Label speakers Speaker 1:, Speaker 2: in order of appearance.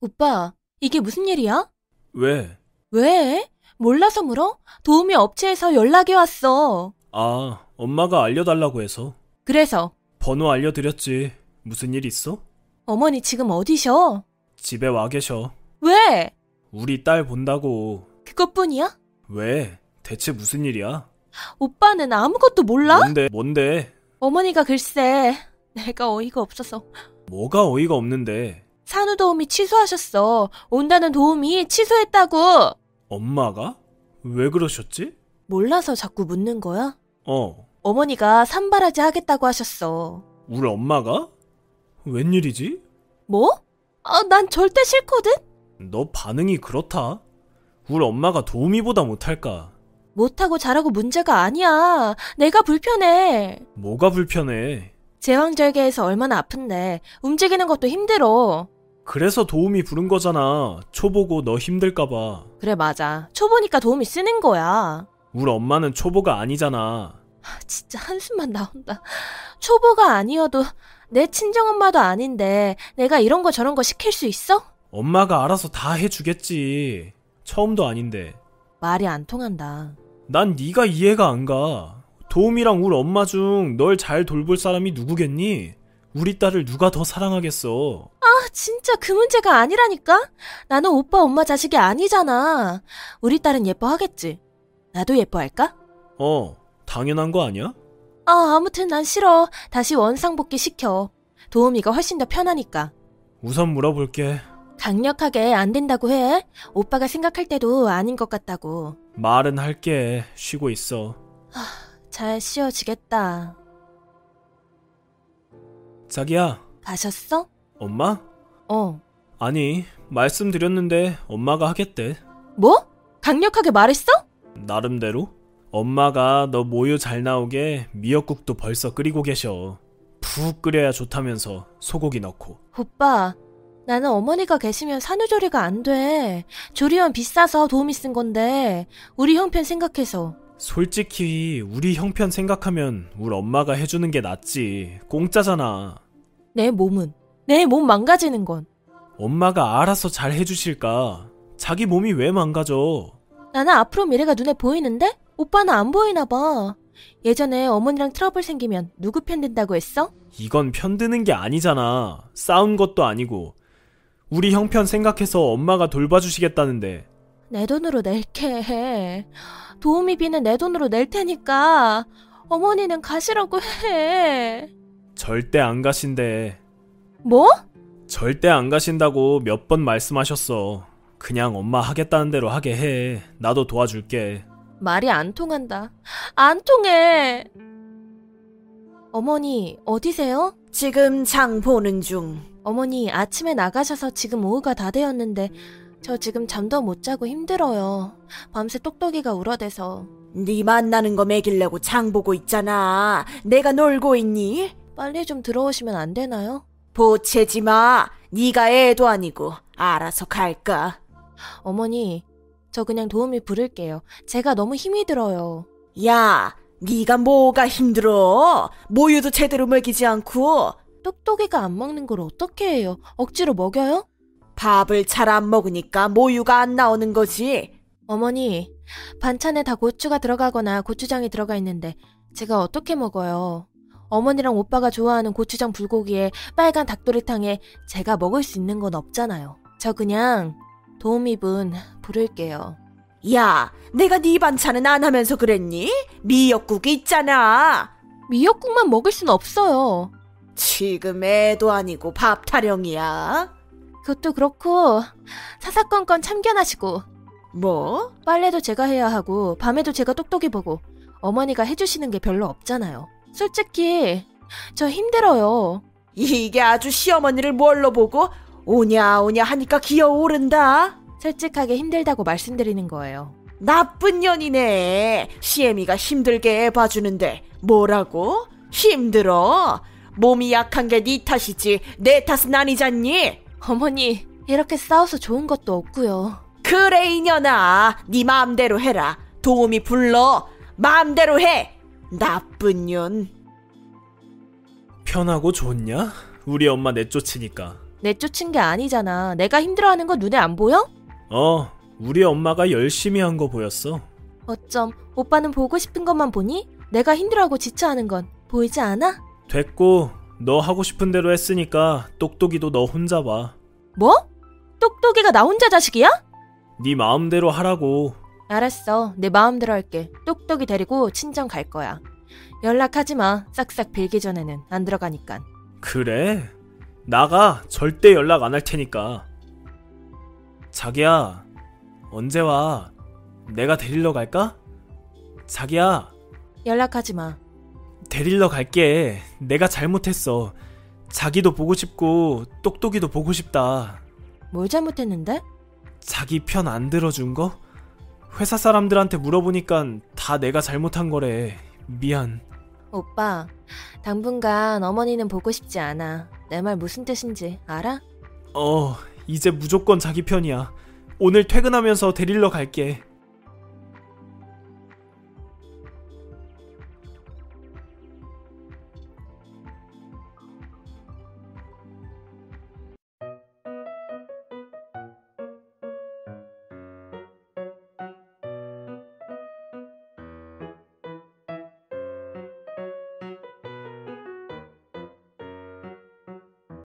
Speaker 1: 오빠, 이게 무슨 일이야?
Speaker 2: 왜?
Speaker 1: 왜? 몰라서 물어? 도우미 업체에서 연락이 왔어.
Speaker 2: 아, 엄마가 알려달라고 해서.
Speaker 1: 그래서,
Speaker 2: 번호 알려드렸지. 무슨 일 있어?
Speaker 1: 어머니 지금 어디셔?
Speaker 2: 집에 와 계셔.
Speaker 1: 왜?
Speaker 2: 우리 딸 본다고.
Speaker 1: 그것뿐이야?
Speaker 2: 왜? 대체 무슨 일이야?
Speaker 1: 오빠는 아무것도 몰라?
Speaker 2: 뭔데? 뭔데?
Speaker 1: 어머니가 글쎄, 내가 어이가 없어서.
Speaker 2: 뭐가 어이가 없는데?
Speaker 1: 산후 도우미 취소하셨어. 온다는 도우미 취소했다고.
Speaker 2: 엄마가? 왜 그러셨지?
Speaker 1: 몰라서 자꾸 묻는 거야?
Speaker 2: 어,
Speaker 1: 어머니가 산바라지 하겠다고 하셨어.
Speaker 2: 우리 엄마가? 웬일이지?
Speaker 1: 뭐? 아, 난 절대 싫거든?
Speaker 2: 너 반응이 그렇다? 우리 엄마가 도우미보다 못할까?
Speaker 1: 못하고 잘하고 문제가 아니야. 내가 불편해.
Speaker 2: 뭐가 불편해?
Speaker 1: 제왕절개에서 얼마나 아픈데 움직이는 것도 힘들어.
Speaker 2: 그래서 도우미 부른 거잖아. 초보고 너 힘들까봐.
Speaker 1: 그래 맞아. 초보니까 도움이 쓰는 거야.
Speaker 2: 우리 엄마는 초보가 아니잖아.
Speaker 1: 아, 진짜 한숨만 나온다. 초보가 아니어도 내 친정엄마도 아닌데 내가 이런 거 저런 거 시킬 수 있어?
Speaker 2: 엄마가 알아서 다 해주겠지. 처음도 아닌데.
Speaker 1: 말이 안 통한다.
Speaker 2: 난 네가 이해가 안 가. 도우미랑 우리 엄마 중 널 잘 돌볼 사람이 누구겠니? 우리 딸을 누가 더 사랑하겠어?
Speaker 1: 아, 진짜 그 문제가 아니라니까? 나는 오빠 엄마 자식이 아니잖아. 우리 딸은 예뻐하겠지. 나도 예뻐할까?
Speaker 2: 어, 당연한 거 아니야?
Speaker 1: 아, 아무튼 난 싫어. 다시 원상복귀 시켜. 도우미가 훨씬 더 편하니까.
Speaker 2: 우선 물어볼게.
Speaker 1: 강력하게 안 된다고 해. 오빠가 생각할 때도 아닌 것 같다고.
Speaker 2: 말은 할게. 쉬고 있어.
Speaker 1: 잘 씌워지겠다.
Speaker 2: 자기야,
Speaker 1: 가셨어?
Speaker 2: 엄마?
Speaker 1: 어.
Speaker 2: 아니, 말씀드렸는데 엄마가 하겠대.
Speaker 1: 뭐? 강력하게 말했어?
Speaker 2: 나름대로? 엄마가 너 모유 잘 나오게 미역국도 벌써 끓이고 계셔. 푹 끓여야 좋다면서 소고기 넣고.
Speaker 1: 오빠, 나는 어머니가 계시면 산후조리가 안 돼. 조리원 비싸서 도우미 쓴 건데, 우리 형편 생각해서.
Speaker 2: 솔직히 우리 형편 생각하면 우리 엄마가 해주는 게 낫지. 공짜잖아.
Speaker 1: 내 몸은. 내 몸 망가지는 건.
Speaker 2: 엄마가 알아서 잘 해주실까? 자기 몸이 왜 망가져?
Speaker 1: 나는 앞으로 미래가 눈에 보이는데? 오빠는 안 보이나 봐. 예전에 어머니랑 트러블 생기면 누구 편 든다고 했어?
Speaker 2: 이건 편드는 게 아니잖아. 싸운 것도 아니고. 우리 형편 생각해서 엄마가 돌봐주시겠다는데.
Speaker 1: 내 돈으로 낼게. 해. 도우미비는 내 돈으로 낼 테니까 어머니는 가시라고 해.
Speaker 2: 절대 안 가신대.
Speaker 1: 뭐?
Speaker 2: 절대 안 가신다고 몇 번 말씀하셨어. 그냥 엄마 하겠다는 대로 하게 해. 나도 도와줄게.
Speaker 1: 말이 안 통한다. 안 통해. 어머니, 어디세요?
Speaker 3: 지금 장 보는 중.
Speaker 1: 어머니, 아침에 나가셔서 지금 오후가 다 되었는데 저 지금 잠도 못 자고 힘들어요. 밤새 똑똑이가 울어대서
Speaker 3: 네 만나는 거 먹이려고 장 보고 있잖아. 내가 놀고 있니?
Speaker 1: 빨리 좀 들어오시면 안 되나요?
Speaker 3: 보채지 마. 네가 애도 아니고 알아서 갈까.
Speaker 1: 어머니, 저 그냥 도우미 부를게요. 제가 너무 힘이 들어요.
Speaker 3: 야, 네가 뭐가 힘들어? 모유도 제대로 먹이지 않고
Speaker 1: 똑똑이가 안 먹는 걸 어떻게 해요? 억지로 먹여요?
Speaker 3: 밥을 잘 안 먹으니까 모유가 안 나오는 거지.
Speaker 1: 어머니, 반찬에 다 고추가 들어가거나 고추장이 들어가 있는데 제가 어떻게 먹어요? 어머니랑 오빠가 좋아하는 고추장 불고기에 빨간 닭도리탕에 제가 먹을 수 있는 건 없잖아요. 저 그냥 도우미분 부를게요.
Speaker 3: 야, 내가 네 반찬은 안 하면서 그랬니? 미역국 있잖아.
Speaker 1: 미역국만 먹을 순 없어요.
Speaker 3: 지금 애도 아니고 밥 타령이야.
Speaker 1: 그것도 그렇고 사사건건 참견하시고
Speaker 3: 뭐?
Speaker 1: 빨래도 제가 해야 하고 밤에도 제가 똑똑히 보고 어머니가 해주시는 게 별로 없잖아요. 솔직히 저 힘들어요.
Speaker 3: 이게 아주 시어머니를 뭘로 보고 오냐 오냐 하니까 기어오른다.
Speaker 1: 솔직하게 힘들다고 말씀드리는 거예요.
Speaker 3: 나쁜 년이네. 시애미가 힘들게 봐주는데 뭐라고? 힘들어? 몸이 약한 게 네 탓이지 내 탓은 아니잖니.
Speaker 1: 어머니 이렇게 싸워서 좋은 것도 없고요.
Speaker 3: 그래 이년아, 네 마음대로 해라. 도우미 불러 마음대로 해. 나쁜 년.
Speaker 2: 편하고 좋냐? 우리 엄마 내쫓으니까.
Speaker 1: 내쫓은 게 아니잖아. 내가 힘들어하는 거 눈에 안 보여?
Speaker 2: 어, 우리 엄마가 열심히 한 거 보였어.
Speaker 1: 어쩜 오빠는 보고 싶은 것만 보니 내가 힘들어하고 지쳐하는 건 보이지 않아?
Speaker 2: 됐고, 너 하고 싶은 대로 했으니까 똑똑이도 너 혼자 봐.
Speaker 1: 뭐? 똑똑이가 나 혼자 자식이야?
Speaker 2: 네 마음대로 하라고.
Speaker 1: 알았어. 내 마음대로 할게. 똑똑이 데리고 친정 갈 거야. 연락하지 마. 싹싹 빌기 전에는 안 들어가니까.
Speaker 2: 그래? 나가. 절대 연락 안 할 테니까. 자기야, 언제 와? 내가 데리러 갈까? 자기야,
Speaker 1: 연락하지 마.
Speaker 2: 데리러 갈게. 내가 잘못했어. 자기도 보고 싶고, 똑똑이도 보고 싶다.
Speaker 1: 뭘 잘못했는데?
Speaker 2: 자기 편 안 들어준 거? 회사 사람들한테 물어보니까 다 내가 잘못한 거래. 미안.
Speaker 1: 오빠, 당분간 어머니는 보고 싶지 않아. 내 말 무슨 뜻인지 알아?
Speaker 2: 어, 이제 무조건 자기 편이야. 오늘 퇴근하면서 데리러 갈게.